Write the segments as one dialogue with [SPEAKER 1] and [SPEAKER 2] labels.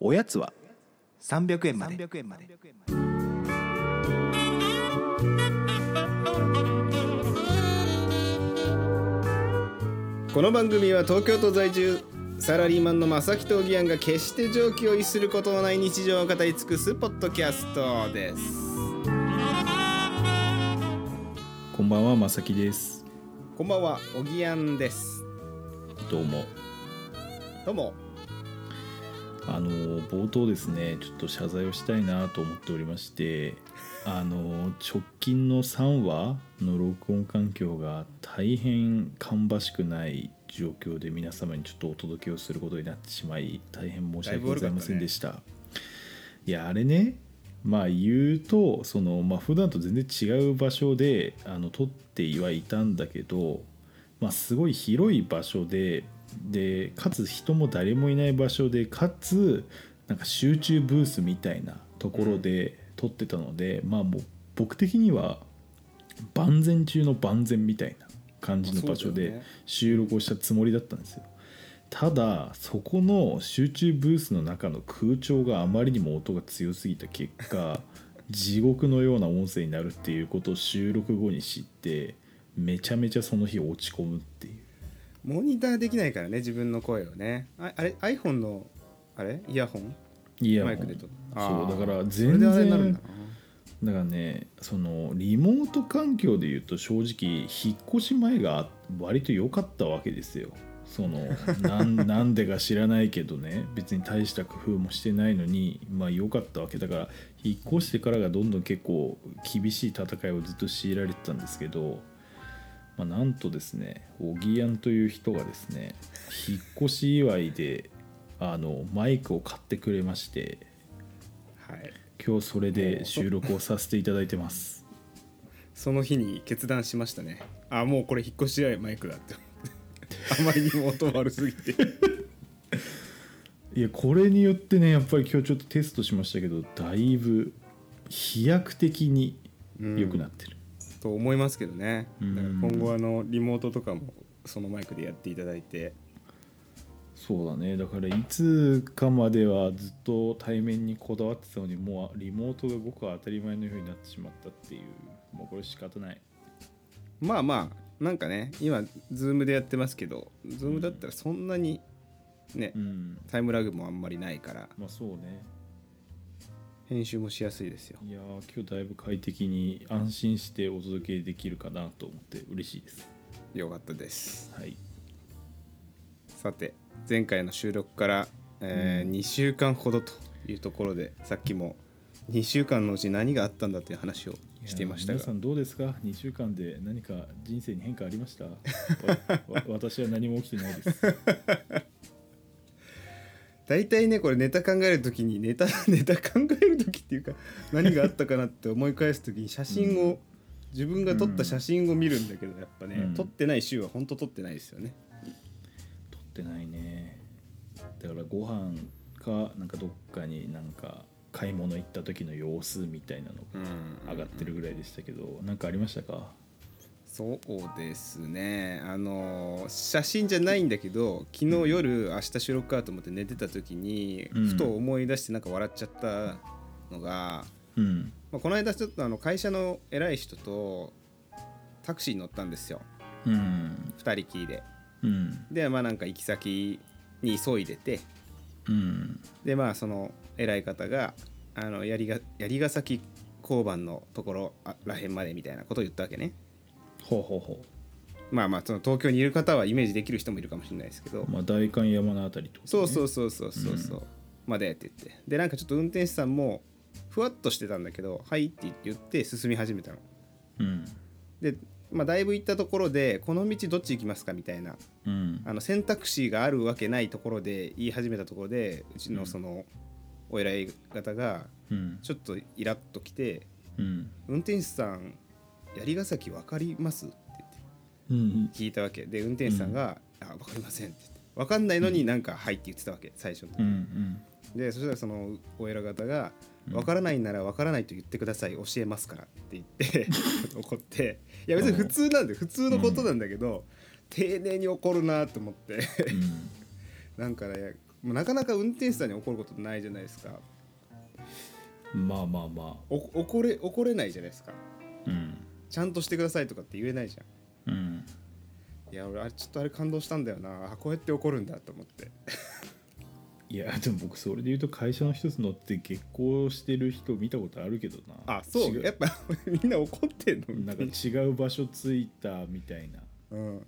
[SPEAKER 1] おやつは
[SPEAKER 2] 300円まで
[SPEAKER 3] この番組は東京都在住サラリーマンの正木とおぎやんが決して常軌を逸することのない日常を語り尽くすポッドキャストです
[SPEAKER 1] こんばんはまさきです
[SPEAKER 3] こんばんはおぎやんです
[SPEAKER 1] どうも
[SPEAKER 3] どうも
[SPEAKER 1] あの冒頭ですねちょっと謝罪をしたいなと思っておりましてあの直近の3話の録音環境が大変芳しくない状況で皆様にちょっとお届けをすることになってしまい大変申し訳ございませんでしたいやあれねまあ言うとその、まあ普段と全然違う場所であの撮ってはいたんだけど、まあ、すごい広い場所ででかつ人も誰もいない場所でかつなんか集中ブースみたいなところで撮ってたので、まあもう僕的には万全中の万全みたいな感じの場所
[SPEAKER 3] まあそうだよ
[SPEAKER 1] で
[SPEAKER 3] ね
[SPEAKER 1] 収録をしたつもりだったんですよ。ただそこの集中ブースの中の空調があまりにも音が強すぎた結 果地獄のような音声になるっていうことを収録後に知ってめちゃめちゃその日落ち込むっていう
[SPEAKER 3] モニターできないからね自分の声をねああれ iPhone のあれイヤホン
[SPEAKER 1] イヤホン
[SPEAKER 3] マイクでと
[SPEAKER 1] そうだから
[SPEAKER 3] それ
[SPEAKER 1] 全
[SPEAKER 3] であ
[SPEAKER 1] 然
[SPEAKER 3] れに
[SPEAKER 1] だ
[SPEAKER 3] なるんだ
[SPEAKER 1] からねそのリモート環境で言うと正直引っ越し前が割と良かったわけですよそのなんなんでか知らないけどね別に大した工夫もしてないのにまあ良かったわけだから引っ越してからがどんどん結構厳しい戦いをずっと強いられてたんですけど、まあ、なんとですねおぎやんという人がですね引っ越し祝いであのマイクを買ってくれまして
[SPEAKER 3] なはい
[SPEAKER 1] 今日それで収録をさせていただいてます
[SPEAKER 3] その日に決断しましたねあもうこれ引っ越し合いマイクだって思 ってあまりにも音悪すぎて
[SPEAKER 1] いやこれによってねやっぱり今日ちょっとテストしましたけどだいぶ飛躍的に良くなってる、
[SPEAKER 3] と思いますけどね
[SPEAKER 1] うん
[SPEAKER 3] だから今後あのリモートとかもそのマイクでやっていただいて
[SPEAKER 1] そうだねだからいつかまではずっと対面にこだわってたのにもうリモートがごく当たり前のようになってしまったっていうもうこれ仕方ない
[SPEAKER 3] まあまあなんかね今ズームでやってますけどズームだったらそんなにね
[SPEAKER 1] うん
[SPEAKER 3] タイムラグもあんまりないから
[SPEAKER 1] まあそうね
[SPEAKER 3] 編集もしやすいですよ
[SPEAKER 1] いやー今日だいぶ快適に安心してお届けできるかなと思って嬉しいです
[SPEAKER 3] よかったです
[SPEAKER 1] はい
[SPEAKER 3] さて前回の収録から、え2週間ほどというところでさっきも2週間のうち何があったんだという話を
[SPEAKER 1] やー
[SPEAKER 3] していましたが
[SPEAKER 1] 皆さんどうですか2週間で何か人生に変化ありましたわわ 私は何も起きてないです
[SPEAKER 3] 大体ねこれネタ考える時にネタ ネタ考える時っていうか何があったかなって思い返す時に写真を、自分が撮った写真を見るんだけどやっぱね、
[SPEAKER 1] うん
[SPEAKER 3] 撮ってない週は本当撮ってないですよね
[SPEAKER 1] 撮ってないねだからご飯かなんかどっかになんか買い物行った時の様子みたいなのが上がってるぐらいでしたけど何かありましたか
[SPEAKER 3] そうですねあのー写真じゃないんだけど昨日夜明日収録かと思って寝てた時に、
[SPEAKER 1] うん
[SPEAKER 3] ふと思い出してなんか笑っちゃったのが、
[SPEAKER 1] うん
[SPEAKER 3] まあ、この間ちょっとあの会社の偉い人とタクシーに乗ったんですよ
[SPEAKER 1] うん
[SPEAKER 3] 2人きりで
[SPEAKER 1] うん
[SPEAKER 3] でまあなんか行き先に急いでて
[SPEAKER 1] うん
[SPEAKER 3] でまあその偉い方があの槍が槍ヶ崎交番のところあらへんまでみたいなことを言ったわけね
[SPEAKER 1] ほうほうほ
[SPEAKER 3] まあまあその東京にいる方はイメージできる人もいるかもしれないですけど、
[SPEAKER 1] うまあ代官山のあたりってこと
[SPEAKER 3] そうそううそうそうそうそう、までって言ってでなんかちょっと運転手さんもふわっとしてたんだけど「はい」って言って進み始めたの
[SPEAKER 1] うん
[SPEAKER 3] で、まあ、だいぶ行ったところで「この道どっち行きますか?」みたいな
[SPEAKER 1] うん
[SPEAKER 3] あの選択肢があるわけないところで言い始めたところでうち
[SPEAKER 1] う
[SPEAKER 3] の
[SPEAKER 1] ん
[SPEAKER 3] そのお偉い方が
[SPEAKER 1] うん
[SPEAKER 3] ちょっとイラッときて
[SPEAKER 1] うん
[SPEAKER 3] 「運転手さん槍ヶ崎分かります?」って言って
[SPEAKER 1] うん
[SPEAKER 3] 聞いたわけで運転手さんが「あ分かりません」って言って分かんないのになんか「はい」って言ってたわけ最初の時
[SPEAKER 1] うんうん
[SPEAKER 3] でそしたらそのお偉方が「
[SPEAKER 1] うん
[SPEAKER 3] 分からないなら分からないと言ってください教えますから」って言って 怒っていや別に普通なんで普通のことなんだけど、丁寧に怒るなと思って
[SPEAKER 1] うん
[SPEAKER 3] なんかねもうなかなか運転手さんに怒ることないじゃないですか
[SPEAKER 1] まあまあま
[SPEAKER 3] お怒れ怒れないじゃないですか
[SPEAKER 1] あうん
[SPEAKER 3] ちゃんとしてくださいとかって言えないじゃん
[SPEAKER 1] うん
[SPEAKER 3] いや俺あれちょっとあれ感動したんだよなあこうやって怒るんだと思って
[SPEAKER 1] いやでも僕それで言うと会社の一つ乗って激高してる人見たことあるけどな
[SPEAKER 3] あそう
[SPEAKER 1] 違
[SPEAKER 3] やっぱ みんな怒ってんの
[SPEAKER 1] なんか違う場所着いたみたいな
[SPEAKER 3] うん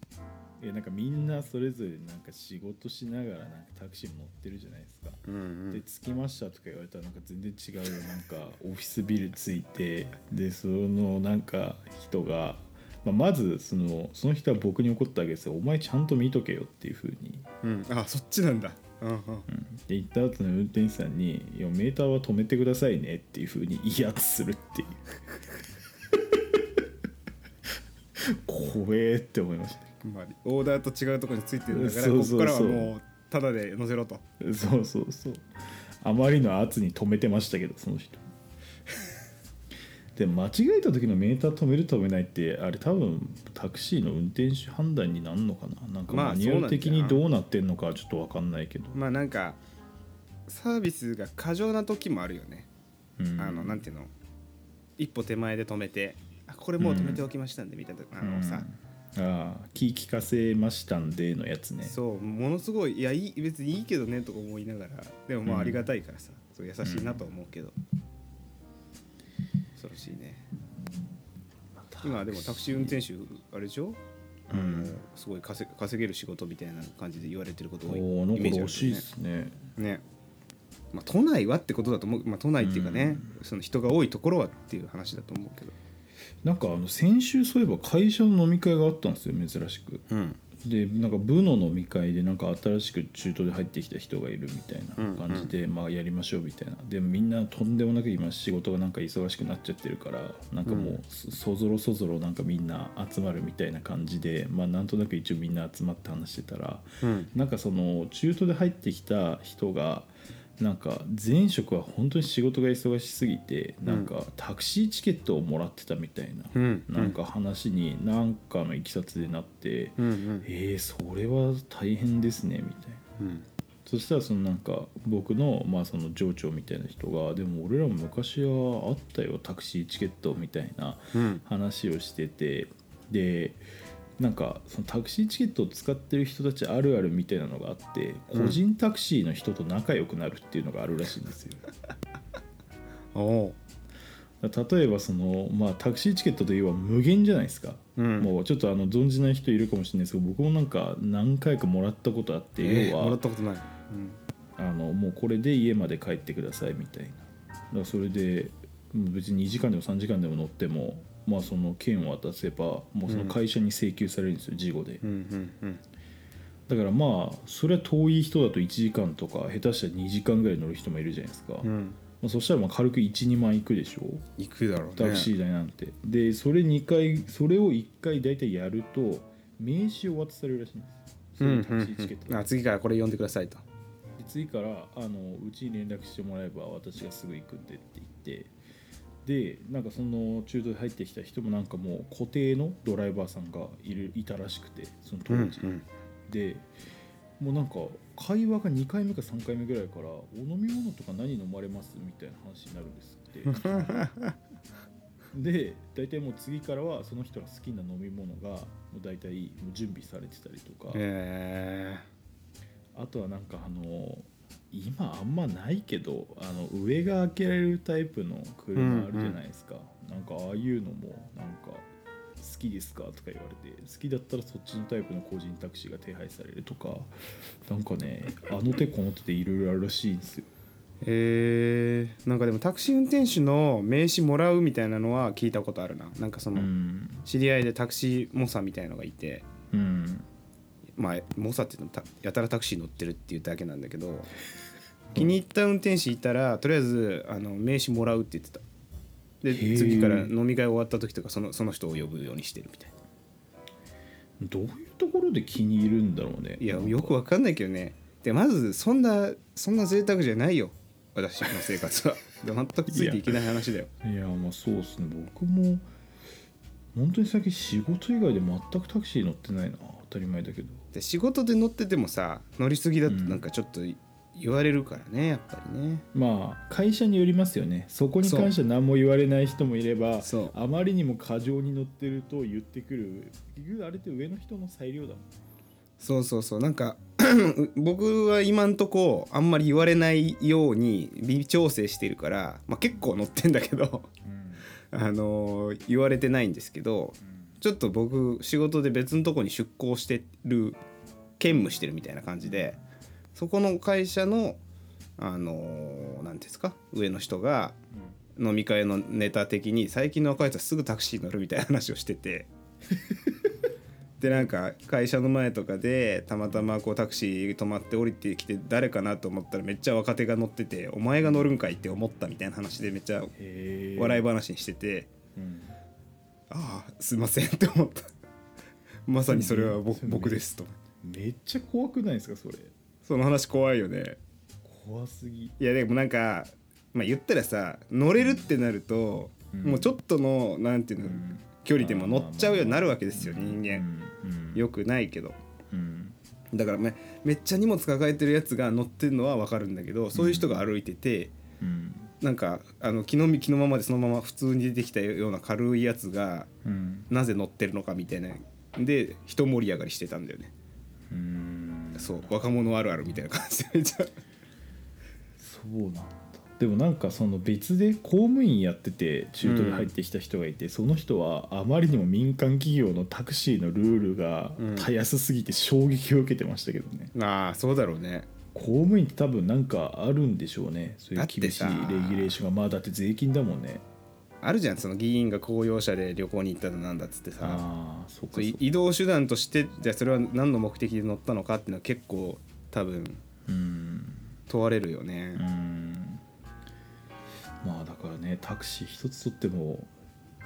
[SPEAKER 1] えなんかみんなそれぞれなんか仕事しながらなんかタクシーに乗ってるじゃないですか、
[SPEAKER 3] うんう
[SPEAKER 1] で
[SPEAKER 3] ん
[SPEAKER 1] 着きましたとか言われたらなんか全然違うなんかオフィスビル着いてでそのなんか人が、まあ、まずそのその人は僕に怒ったわけですよ「お前ちゃんと見とけよ」っていうふうに、
[SPEAKER 3] うんあそっちなんだうんうん
[SPEAKER 1] うんで行った後の運転手さんに「いやメーターは止めてくださいね」っていうふうに威圧するっていう怖えって思いました
[SPEAKER 3] まあ、オーダーと違うところについてるんだから
[SPEAKER 1] そうそうそう
[SPEAKER 3] ここからはもうタダで乗せろと
[SPEAKER 1] そうそうそうあまりの圧に止めてましたけどその人で間違えた時のメーター止める止めないってあれ多分タクシーの運転手判断になるのかななんか
[SPEAKER 3] まあ
[SPEAKER 1] マニュアル的
[SPEAKER 3] そう
[SPEAKER 1] に
[SPEAKER 3] なんじゃ
[SPEAKER 1] どうなってんのかはちょっと分かんないけど、
[SPEAKER 3] まあなんかサービスが過剰な時もあるよね、
[SPEAKER 1] うん
[SPEAKER 3] あのなんていうの一歩手前で止めてあこれもう止めておきましたんでみたいな、あのさ、
[SPEAKER 1] うんああ気聞かせましたんでのやつね
[SPEAKER 3] そうものすごいいやいい別にいいけどねとか思いながらでもま
[SPEAKER 1] うん
[SPEAKER 3] あありがたいからさ、そう優しいなとは思うけど、恐ろしいね今でもタクシー運転手あれでしょ、
[SPEAKER 1] うん
[SPEAKER 3] あのすごい稼げ稼げる仕事みたいな感じで言われてること多い
[SPEAKER 1] おおなん
[SPEAKER 3] イメー
[SPEAKER 1] か
[SPEAKER 3] ジある
[SPEAKER 1] ら
[SPEAKER 3] け
[SPEAKER 1] しいで
[SPEAKER 3] どね
[SPEAKER 1] すね
[SPEAKER 3] ねまあ、都内はってことだと思う、まあ、都内っていうかね、その人が多いところはっていう話だと思うけど、
[SPEAKER 1] なんかあの先週そういえば会社の飲み会があったんですよ珍しく
[SPEAKER 3] うん、
[SPEAKER 1] でなんか部の飲み会でなんか新しく中途で入ってきた人がいるみたいな感じで、まあ、やりましょうみたいなでみんなとんでもなく今仕事がなんか忙しくなっちゃってるからなんかもうそそぞろそぞろなんかみんな集まるみたいな感じで、まあ、なんとなく一応みんな集まって話してたら
[SPEAKER 3] うん、
[SPEAKER 1] なんかその中途で入ってきた人がなんか前職は本当に仕事が忙しすぎてなんかタクシーチケットをもらってたみたいな、
[SPEAKER 3] うん
[SPEAKER 1] なんか話に何かのいきさつでなって。
[SPEAKER 3] うんうん
[SPEAKER 1] えー、それは大変ですねみたいな
[SPEAKER 3] うん
[SPEAKER 1] そしたらそのなんか僕の,、まあその上長みたいな人が「でも俺らも昔はあったよタクシーチケット」みたいな
[SPEAKER 3] うん
[SPEAKER 1] 話をしててでなんかそのタクシーチケットを使ってる人たちあるあるみたいなのがあって
[SPEAKER 3] うん
[SPEAKER 1] 個人タクシーの人と仲良くなるっていうのがあるらしいんですよ。
[SPEAKER 3] おお
[SPEAKER 1] 例えばその、まあ、タクシーチケットといえば無限じゃないですか。
[SPEAKER 3] う、うん、
[SPEAKER 1] もうちょっとあの存じない人いるかもしれないですけど僕もなんか何回かもらったことあって、
[SPEAKER 3] えー
[SPEAKER 1] 要は
[SPEAKER 3] もらったことない、
[SPEAKER 1] あのもうこれで家まで帰ってくださいみたいなだからそれでうん別に2時間でも3時間でも乗っても、まあ、その券を渡せばもうその会社に請求されるんですよ事後で
[SPEAKER 3] うん、うんうん
[SPEAKER 1] だからまあそれは遠い人だと1時間とか下手したら2時間ぐらい乗る人もいるじゃないですか、
[SPEAKER 3] うんう
[SPEAKER 1] ま
[SPEAKER 3] ん
[SPEAKER 1] あ、そしたらまあ軽く12万いくでしょ
[SPEAKER 3] 行くだろうね
[SPEAKER 1] タクシー代なんて、でそれ2回それを1回大体やると名刺を渡されるらしいんです
[SPEAKER 3] うん
[SPEAKER 1] よ
[SPEAKER 3] う
[SPEAKER 1] そ
[SPEAKER 3] んう
[SPEAKER 1] のタ
[SPEAKER 3] ん
[SPEAKER 1] クシーチケット、
[SPEAKER 3] あ次からこれ呼んでくださいと
[SPEAKER 1] で次からあのうちに連絡してもらえば私がすぐ行くんでって言ってでなんかその中途で入ってきた人もなんかもう固定のドライバーさんがいるいたらしくてその当時、でもうなんか会話が2回目か3回目ぐらいから「お飲み物とか何飲まれます?」みたいな話になるんですってで大体もう次からはその人が好きな飲み物がもう大体もう準備されてたりとか、
[SPEAKER 3] え
[SPEAKER 1] あとはなんかあの今あんまないけどあの上が開けられるタイプの車あるじゃないですか、なんかああいうのもなんか好きですかとか言われて好きだったらそっちのタイプの個人タクシーが手配されるとかなんかねあの手この手でいろいろあるらしいんですよ
[SPEAKER 3] ー、えー、なんかでもタクシー運転手の名刺もらうみたいなのは聞いたことあるななんかそうの、
[SPEAKER 1] ん
[SPEAKER 3] 知り合いでタクシー猛者みたいのがいて
[SPEAKER 1] うん
[SPEAKER 3] まあ猛者っていうのはたやたらタクシー乗ってるっていうだけなんだけど気に入った運転手いたらとりあえずあの名刺もらうって言ってたで
[SPEAKER 1] へー
[SPEAKER 3] 次から飲み会終わった時とかそのその人を呼ぶようにしてるみたいな
[SPEAKER 1] どういうところで気に入るんだろうね
[SPEAKER 3] いや
[SPEAKER 1] なんか
[SPEAKER 3] よくわかんないけどねでまずそんなそんな贅沢じゃないよ私の生 活は全くついていけない話だよ
[SPEAKER 1] いやまあそうですね僕も本当に最近仕事以外で全くタクシー乗ってないな当たり前だけど
[SPEAKER 3] で仕事で乗っててもさ乗り過ぎだとなんかちょっと言われるからねやっぱりね
[SPEAKER 1] まあ会社によりますよねそこに関しては何も言われない人もいれば
[SPEAKER 3] そう
[SPEAKER 1] あまりにも過剰に乗ってると言ってくる結局あれって上の人の裁量だもん
[SPEAKER 3] そうそうそうなんか 僕は今んとこあんまり言われないように微調整してるから、まあ、結構乗ってんだけどあのー言われてないんですけどちょっと僕仕事で別のとこに出向してる兼務してるみたいな感じでそこの会社のあのーなんていうんですか上の人が飲み会のネタ的に最近の若い人はすぐタクシー乗るみたいな話をしててでなんか会社の前とかでたまたまこうタクシー止まって降りてきて誰かなと思ったらめっちゃ若手が乗ってて「お前が乗るんかい」って思ったみたいな話でめっちゃ
[SPEAKER 1] へえ
[SPEAKER 3] 笑い話にしてて
[SPEAKER 1] うん
[SPEAKER 3] 「ああすいません」って思った まさにそれは僕
[SPEAKER 1] うん
[SPEAKER 3] 僕ですと
[SPEAKER 1] めっちゃ怖くないですかそれ
[SPEAKER 3] その話怖いよね
[SPEAKER 1] 怖すぎ
[SPEAKER 3] いやでもなんかまあ言ったらさ乗れるってなる
[SPEAKER 1] う
[SPEAKER 3] と、
[SPEAKER 1] ん
[SPEAKER 3] もうちょっとのなんていうの、距離でも乗っちゃうようになるわけですよ人間、
[SPEAKER 1] うんうん
[SPEAKER 3] よくないけど
[SPEAKER 1] うん
[SPEAKER 3] だからめめっちゃ荷物抱えてるやつが乗ってるのはわかるんだけどそういう人が歩いてて、
[SPEAKER 1] うん
[SPEAKER 3] なんかあの気の身気のままでそのまま普通に出てきたような軽いやつが
[SPEAKER 1] うん
[SPEAKER 3] なぜ乗ってるのかみたいなで一盛り上がりしてたんだよね
[SPEAKER 1] うん
[SPEAKER 3] そう若者あるあるみたいな感じでめっ ちゃ
[SPEAKER 1] そうなんだでもなんかその別で公務員やってて中途で入ってきた人がいて、その人はあまりにも民間企業のタクシーのルールが
[SPEAKER 3] うん
[SPEAKER 1] たやすすぎて衝撃を受けてましたけどね、
[SPEAKER 3] ああそうだろうね
[SPEAKER 1] 公務員って多分なんかあるんでしょうねそういう厳しい
[SPEAKER 3] だ
[SPEAKER 1] レ
[SPEAKER 3] っ
[SPEAKER 1] ギ
[SPEAKER 3] てさ
[SPEAKER 1] ュレーションがまあだって税金だもんね
[SPEAKER 3] あるじゃんその議員が公用車で旅行に行っただなんだっつってさ
[SPEAKER 1] ああーそうか
[SPEAKER 3] そう
[SPEAKER 1] そう
[SPEAKER 3] い
[SPEAKER 1] か
[SPEAKER 3] 移動手段としてじゃあそれは何の目的で乗ったのかっていうのは結構多分
[SPEAKER 1] うん
[SPEAKER 3] 問われるよね
[SPEAKER 1] う、んまあだからねタクシー一つとっても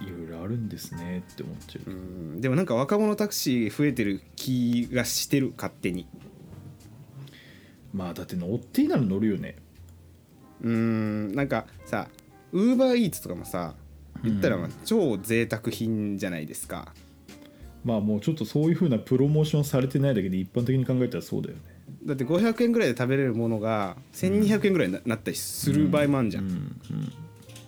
[SPEAKER 1] いろいろあるんですねって思っちゃう、
[SPEAKER 3] うんでもなんか若者タクシー増えてる気がしてる勝手に
[SPEAKER 1] まあだって乗っていいなら乗るよね
[SPEAKER 3] うんなんかさウーバーイーツとかもさ言ったらまあ超贅沢品じゃないですか、
[SPEAKER 1] まあもうちょっとそういうふうなプロモーションされてないだけで一般的に考えたらそうだよね
[SPEAKER 3] だって500円ぐらいで食べれるものが1200円ぐらいにななったりする場合もあんじゃん、
[SPEAKER 1] うん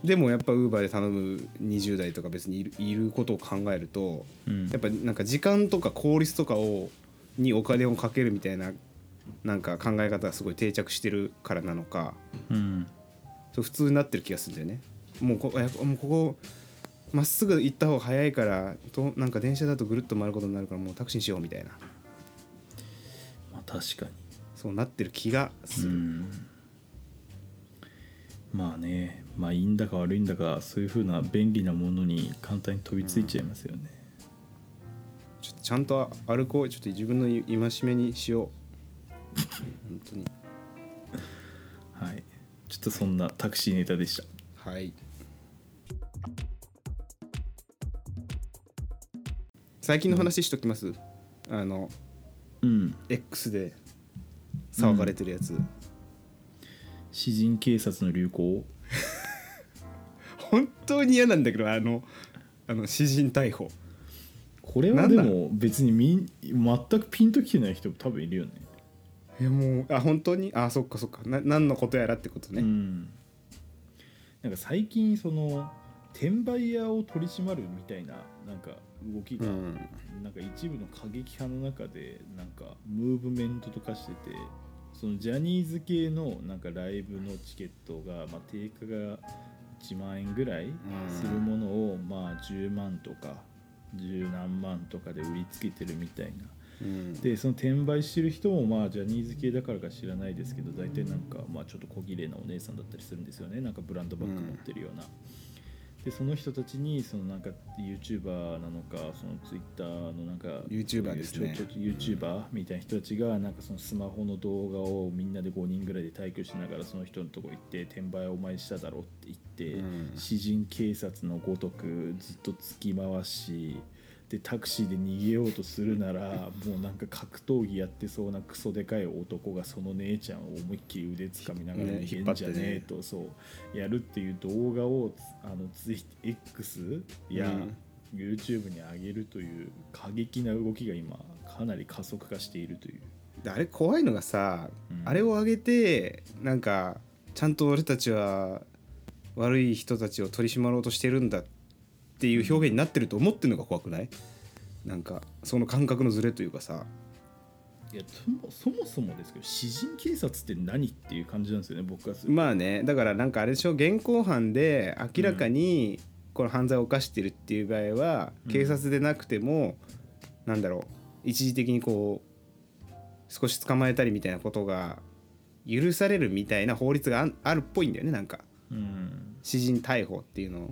[SPEAKER 3] でもやっぱウーバーで頼む20代とか別にいるいることを考えると
[SPEAKER 1] うんうん
[SPEAKER 3] やっぱなんか時間とか効率とかをにお金をかけるみたいななんか考え方がすごい定着してるからなのか
[SPEAKER 1] うん
[SPEAKER 3] そう普通になってる気がするんだよねもうこあやっぱもうここまっすぐ行った方が早いからとなんか電車だとぐるっと回ることになるからもうタクシーにしようみたいな
[SPEAKER 1] まあ確かに
[SPEAKER 3] そうなってる気がする、
[SPEAKER 1] まあねまあいいんだか悪いんだかそういうふうな便利なものに簡単に飛びついちゃいますよね、
[SPEAKER 3] ちょっとちゃんと歩こうちょっと自分の戒めにしよう本当に
[SPEAKER 1] はいちょっとそんなタクシーネタでした
[SPEAKER 3] はい最近の話しときます、あの
[SPEAKER 1] うん
[SPEAKER 3] X で騒がれてるやつ、
[SPEAKER 1] 詩人警察の流行
[SPEAKER 3] 本当に嫌なんだけどあのあの詩人逮捕
[SPEAKER 1] これは
[SPEAKER 3] なん
[SPEAKER 1] で
[SPEAKER 3] だ
[SPEAKER 1] も別にみん全くピンときてない人も多分いるよね
[SPEAKER 3] いやもうあ本当にあそっかそっかな何のことやらってことね、
[SPEAKER 1] うん、なんか最近その転売屋を取り締まるみたいななんか動き
[SPEAKER 3] う
[SPEAKER 1] が、
[SPEAKER 3] ん
[SPEAKER 1] なんか一部の過激派の中でなんかムーブメントとかしててそのジャニーズ系のなんかライブのチケットが、まあ、定価が1万円ぐらいするものを、まあ10万とか十何万とかで売りつけてるみたいな
[SPEAKER 3] うん
[SPEAKER 1] でその転売してる人もまあジャニーズ系だからか知らないですけど大体なんかまあちょっと小綺麗なお姉さんだったりするんですよねなんかブランドバッグ持ってるような、でその人たちにそのなんか YouTuber なのかその Twitter のなんか
[SPEAKER 3] YouTuber ですね
[SPEAKER 1] ちょちょ YouTuber みたいな人たちがなんかそのスマホの動画をみんなで5人ぐらいで退去しながらその人のとこ行って転売お前しただろって言って、
[SPEAKER 3] うん
[SPEAKER 1] 詩人警察のごとくずっと突き回しでタクシーで逃げようとするならもうなんか格闘技やってそうなクソでかい男がその姉ちゃんを思いっきり腕つかみながら
[SPEAKER 3] ね
[SPEAKER 1] 逃げんじゃねえと、そうやるっていう動画をつあのツイ X や、
[SPEAKER 3] うん
[SPEAKER 1] YouTube に上げるという過激な動きが今かなり加速化しているという
[SPEAKER 3] であれ怖いのがさ、
[SPEAKER 1] うん
[SPEAKER 3] あれを上げてなんかちゃんと俺たちは悪い人たちを取り締まろうとしてるんだっていう表現になってると思ってるのが怖くないなんかその感覚のズレというかさ
[SPEAKER 1] いやそもそもそもですけど詩人警察って何っていう感じなんですよね僕はする
[SPEAKER 3] まあねだからなんかあれでしょ現行犯で明らかにこの犯罪を犯してるっていう場合は、
[SPEAKER 1] うん
[SPEAKER 3] 警察でなくてもなんだろう一時的にこう少し捕まえたりみたいなことが許されるみたいな法律があんあるっぽいんだよねなんか
[SPEAKER 1] うん
[SPEAKER 3] 詩人逮捕っていうのを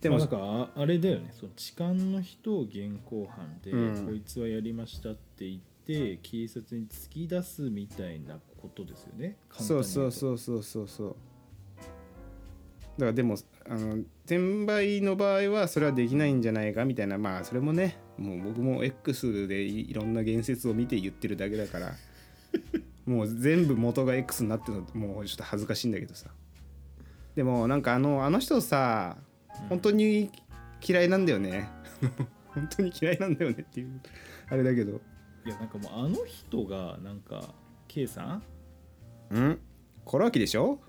[SPEAKER 1] で
[SPEAKER 3] で
[SPEAKER 1] も
[SPEAKER 3] も
[SPEAKER 1] なんかああれだよねその痴漢の人を現行犯で、
[SPEAKER 3] うん
[SPEAKER 1] こいつはやりましたって言って警察に突き出すみたいなことですよね
[SPEAKER 3] そうそう
[SPEAKER 1] う
[SPEAKER 3] そうそうそうそうだからでもあの転売の場合はそれはできないんじゃないかみたいなまあそれもねもう僕も X でいいろんな言説を見て言ってるだけだから もう全部元が X になってるのもうちょっと恥ずかしいんだけどさでもなんかあのあの人さ本当に嫌いなんだよね 本当に嫌いなんだよねっていうあれだけど
[SPEAKER 1] いやなんかもうあの人がなんか K さん
[SPEAKER 3] うんコロアキでしょ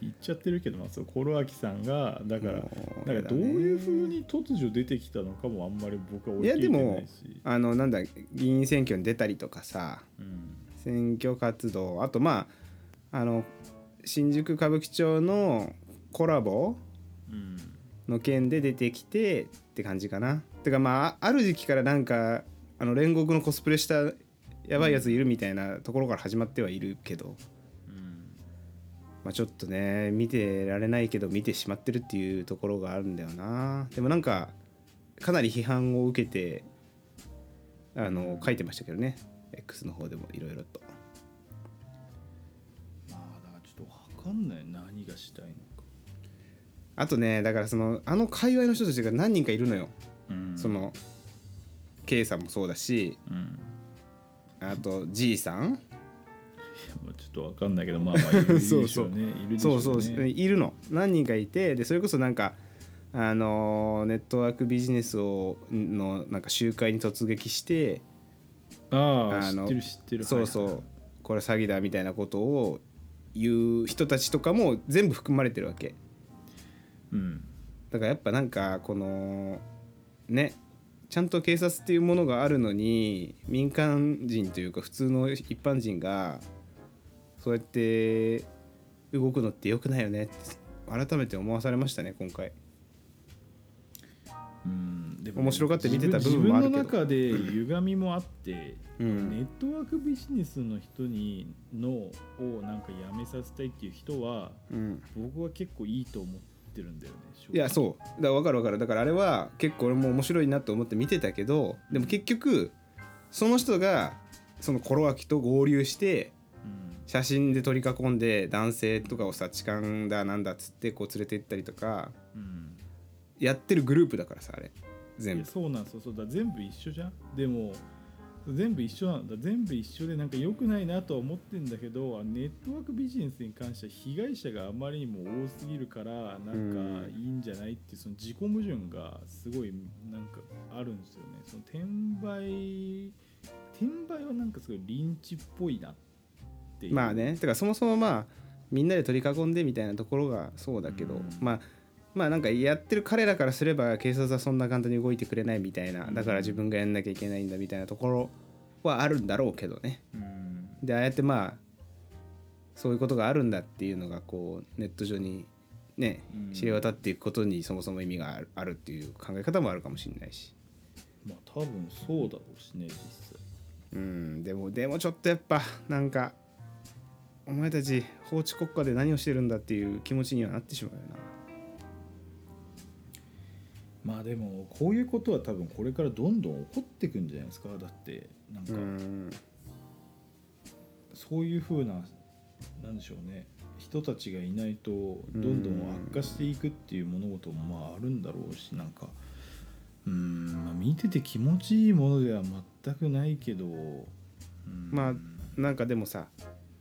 [SPEAKER 1] 言っちゃってるけどまあそうコロアキさんがだから
[SPEAKER 3] もう
[SPEAKER 1] なん
[SPEAKER 3] や
[SPEAKER 1] か
[SPEAKER 3] だ
[SPEAKER 1] ど
[SPEAKER 3] ね
[SPEAKER 1] ういうふうに突如出てきたのかもあんまり僕は追い切れてないし
[SPEAKER 3] あのなんだ議員選挙に出たりとかさ
[SPEAKER 1] うん
[SPEAKER 3] 選挙活動あとまああの新宿歌舞伎町のコラボ
[SPEAKER 1] うん
[SPEAKER 3] の件で出てきてって感じかなてかまあある時期からなんかあの煉獄のコスプレしたやばいやついるみたいなところから始まってはいるけど、
[SPEAKER 1] うん
[SPEAKER 3] まあ、ちょっとね見てられないけど見てしまってるっていうところがあるんだよなでもなんかかなり批判を受けてあの書いてましたけどね X の方でもいろいろと
[SPEAKER 1] まあだからちょっと分かんない何がしたいのか、
[SPEAKER 3] あとねだからそのあの界隈の人たちが何人かいるのよ、
[SPEAKER 1] うん
[SPEAKER 3] その K さんもそうだし
[SPEAKER 1] うんい
[SPEAKER 3] あと G さん
[SPEAKER 1] やまあちょっと分かんないけどまあまあいるでしょうね
[SPEAKER 3] そうそう
[SPEAKER 1] いるでしょ
[SPEAKER 3] そうう
[SPEAKER 1] ね
[SPEAKER 3] そういるの何人かいてでそれこそなんかあのーネットワークビジネスをのなんか集会に突撃して
[SPEAKER 1] ああ
[SPEAKER 3] あ
[SPEAKER 1] 知
[SPEAKER 3] の
[SPEAKER 1] ってる知ってる
[SPEAKER 3] そうそう、これ詐欺だみたいなことを言う人たちとかも全部含まれてるわけ
[SPEAKER 1] う、うん、
[SPEAKER 3] だからやっぱなんかこのねちゃんと警察っていうものがあるのに民間人というか普通の一般人がそうやって動くのって良くないよねって改めて思わされましたね今回
[SPEAKER 1] うん、でも
[SPEAKER 3] 面白がって見てた部分もあるけ
[SPEAKER 1] 自分
[SPEAKER 3] ど
[SPEAKER 1] 自分の中で歪みもあって、
[SPEAKER 3] うん
[SPEAKER 1] ネットワークビジネスの人にのをなんかやめさせたいっていう人は
[SPEAKER 3] うん
[SPEAKER 1] 僕は結構いいと思ってるんだよね正直
[SPEAKER 3] いやそうだから分かる分かるだからあれは結構俺も面白いなと思って見てたけどでも結局その人がそのコロアキと合流して
[SPEAKER 1] うん
[SPEAKER 3] 写真で取り囲んで男性とかをさ痴漢だなんだっつってこう連れて行ったりとか
[SPEAKER 1] うん
[SPEAKER 3] やってるグループだからさあれ全
[SPEAKER 1] いや
[SPEAKER 3] 部
[SPEAKER 1] そうなんそうそうだ全部一緒じゃんでも全部一緒なんだ全部一緒でなんか良くないなとは思ってんだけどネットワークビジネスに関しては被害者があまりにも多すぎるからなんか
[SPEAKER 3] うん
[SPEAKER 1] いいんじゃないっていうその自己矛盾がすごいなんかあるんですよねその転売転売はなんかすごいリンチっぽいなっていう
[SPEAKER 3] まあねてかそもそもまあみんなで取り囲んでみたいなところがそうだけど、
[SPEAKER 1] うん
[SPEAKER 3] まあまあなんかやってる彼らからすれば警察はそんな簡単に動いてくれないみたいなだから自分がやんなきゃいけないんだみたいなところはあるんだろうけどね
[SPEAKER 1] うん
[SPEAKER 3] でああやってまあそういうことがあるんだっていうのがこうネット上にね
[SPEAKER 1] うん
[SPEAKER 3] 知れ渡っていくことにそもそも意味があるあるっていう考え方もあるかもしれないし
[SPEAKER 1] まあ多分そうだろうしね実際
[SPEAKER 3] うんでもでもちょっとやっぱなんかお前たち法治国家で何をしてるんだっていう気持ちにはなってしまうよな
[SPEAKER 1] まあでもこういうことは多分これからどんどん起こってくんじゃないですかだってなんか
[SPEAKER 3] うん
[SPEAKER 1] そういう風ななんでしょうね人たちがいないとどんどん悪化していくっていう物事もまああるんだろうしなんかうん、まあ、見てて気持ちいいものでは全くないけどうん
[SPEAKER 3] まあなんかでもさ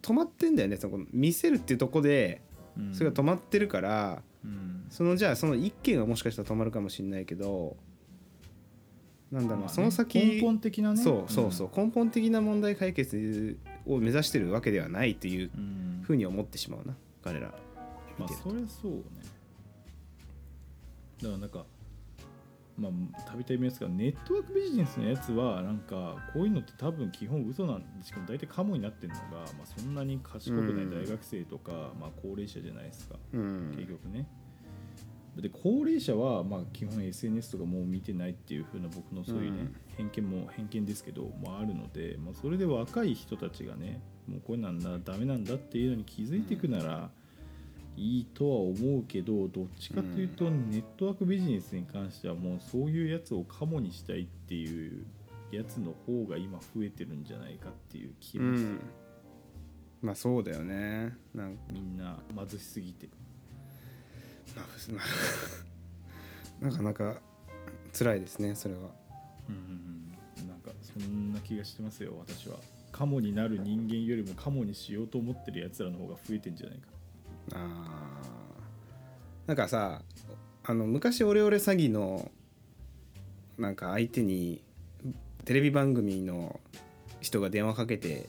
[SPEAKER 3] 止まってんだよねその見せるっていうとこで
[SPEAKER 1] うん
[SPEAKER 3] それが止まってるから、
[SPEAKER 1] うん
[SPEAKER 3] そのじゃあその一件はもしかしたら止まるかもしれないけどなんだろう
[SPEAKER 1] まあね
[SPEAKER 3] なその先
[SPEAKER 1] 根本的なね
[SPEAKER 3] そうそうそう、根本的な問題解決を目指してるわけではないという
[SPEAKER 1] うん、うん
[SPEAKER 3] ふうに思ってしまうな彼ら
[SPEAKER 1] ま
[SPEAKER 3] 見
[SPEAKER 1] あ
[SPEAKER 3] てる
[SPEAKER 1] そ
[SPEAKER 3] と
[SPEAKER 1] りゃそうねだからなんかまあたびたび見ますがネットワークビジネスのやつはなんかこういうのって多分基本嘘なんでしかも大体カモになってるのが、まあ、そんなに賢くない大学生とか、まあ、高齢者じゃないですか
[SPEAKER 3] うん
[SPEAKER 1] 結局ね。で高齢者はまあ基本 SNS とかもう見てないっていう風な僕のそういうね、偏見も偏見ですけどもあるので、まあ、それで若い人たちがねもうこれなんだダメなんだっていうのに気づいていくならいいとは思うけどどっちかというとネットワークビジネスに関してはもうそういうやつをカモにしたいっていうやつの方が今増えてるんじゃないかっていう気
[SPEAKER 3] う
[SPEAKER 1] もする、
[SPEAKER 3] んまあそうだよねなんか
[SPEAKER 1] みんな貧しすぎて。
[SPEAKER 3] まあ なかなか辛いですねそれは
[SPEAKER 1] うんうんうんなんかそんな気がしてますよ私はカモになる人間よりもカモにしようと思ってるやつらの方が増えてんじゃないか
[SPEAKER 3] あーなんかさあの昔オレオレ詐欺のなんか相手にテレビ番組の人が電話かけて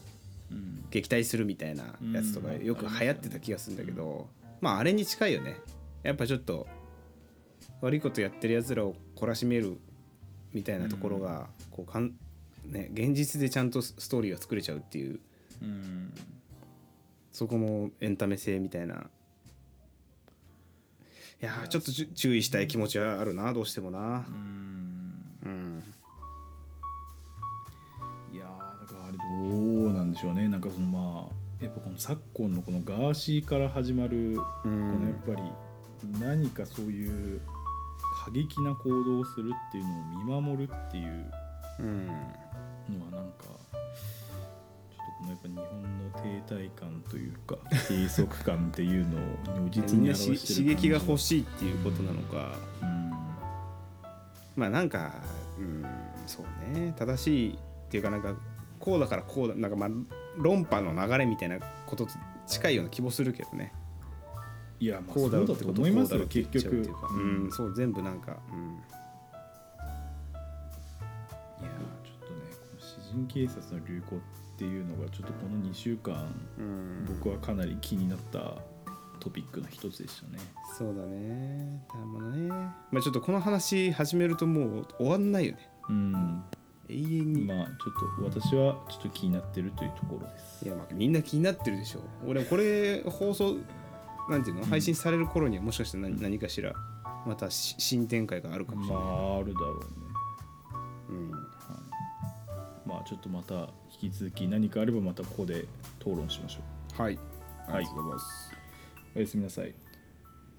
[SPEAKER 1] うん
[SPEAKER 3] 撃退するみたいなやつとか
[SPEAKER 1] うん
[SPEAKER 3] よく流行ってた気がするんだけど、まああれに近いよねやっぱちょっと悪いことやってるやつらを懲らしめるみたいなところがこうかん、ね、現実でちゃんとスストーリーが作れちゃうっていう
[SPEAKER 1] うん
[SPEAKER 3] そこもエンタメ性みたいないやーちょっとじゅ注意したい気持ちはあるなどうしてもな
[SPEAKER 1] うん
[SPEAKER 3] うん
[SPEAKER 1] いやーだからあれどうなんでしょうねなんかそのまあやっぱこの昨今のこのガーシーから始まる
[SPEAKER 3] う
[SPEAKER 1] このや
[SPEAKER 3] ん
[SPEAKER 1] っぱり何かそういう過激な行動をするっていうのを見守るっていう
[SPEAKER 3] うん
[SPEAKER 1] のはなんかちょっとこのやっぱ日本の停滞感というか閉塞感っていうのを如実
[SPEAKER 3] みん
[SPEAKER 1] に
[SPEAKER 3] な
[SPEAKER 1] 表
[SPEAKER 3] し
[SPEAKER 1] して
[SPEAKER 3] 刺
[SPEAKER 1] る感じ
[SPEAKER 3] 激が欲しいっていうことなのか
[SPEAKER 1] うん
[SPEAKER 3] まあなんかうんそうね正しいっていうかなんかこうだからこうだなんかまあ論破の流れみたいなことと近いような気もするけどね
[SPEAKER 1] いやまあ
[SPEAKER 3] こ
[SPEAKER 1] そう
[SPEAKER 3] うだろ
[SPEAKER 1] だ
[SPEAKER 3] うって
[SPEAKER 1] と
[SPEAKER 3] こと
[SPEAKER 1] 思います
[SPEAKER 3] こうだろ
[SPEAKER 1] よ
[SPEAKER 3] うって
[SPEAKER 1] 結
[SPEAKER 3] 言っちゃう
[SPEAKER 1] 局
[SPEAKER 3] っていうかうんそう全部なんかうん
[SPEAKER 1] いやちょっとねこの詩人警察の流行っていうのがちょっとこの2週間
[SPEAKER 3] うん
[SPEAKER 1] 僕はかなり気になったトピックの一つでしたね
[SPEAKER 3] そうだねだもんねまあちょっとこの話始めるともう終わんないよね
[SPEAKER 1] うん
[SPEAKER 3] 永遠に、
[SPEAKER 1] まあちょっと私はちょっと気になってるというところです
[SPEAKER 3] いやまあみんな気になってるでしょ俺これ放送なんていうの配信される頃にはもしかしたら何何かしらまたし新展開があるかもし
[SPEAKER 1] ま
[SPEAKER 3] れない、
[SPEAKER 1] ああるだろうね
[SPEAKER 3] うん、
[SPEAKER 1] はい、まあちょっとまた引き続き何かあればまたここで討論しましょ
[SPEAKER 3] はい
[SPEAKER 1] はい
[SPEAKER 3] ありがとうございます
[SPEAKER 1] うおやすみなさい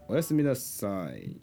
[SPEAKER 3] おやすみなさい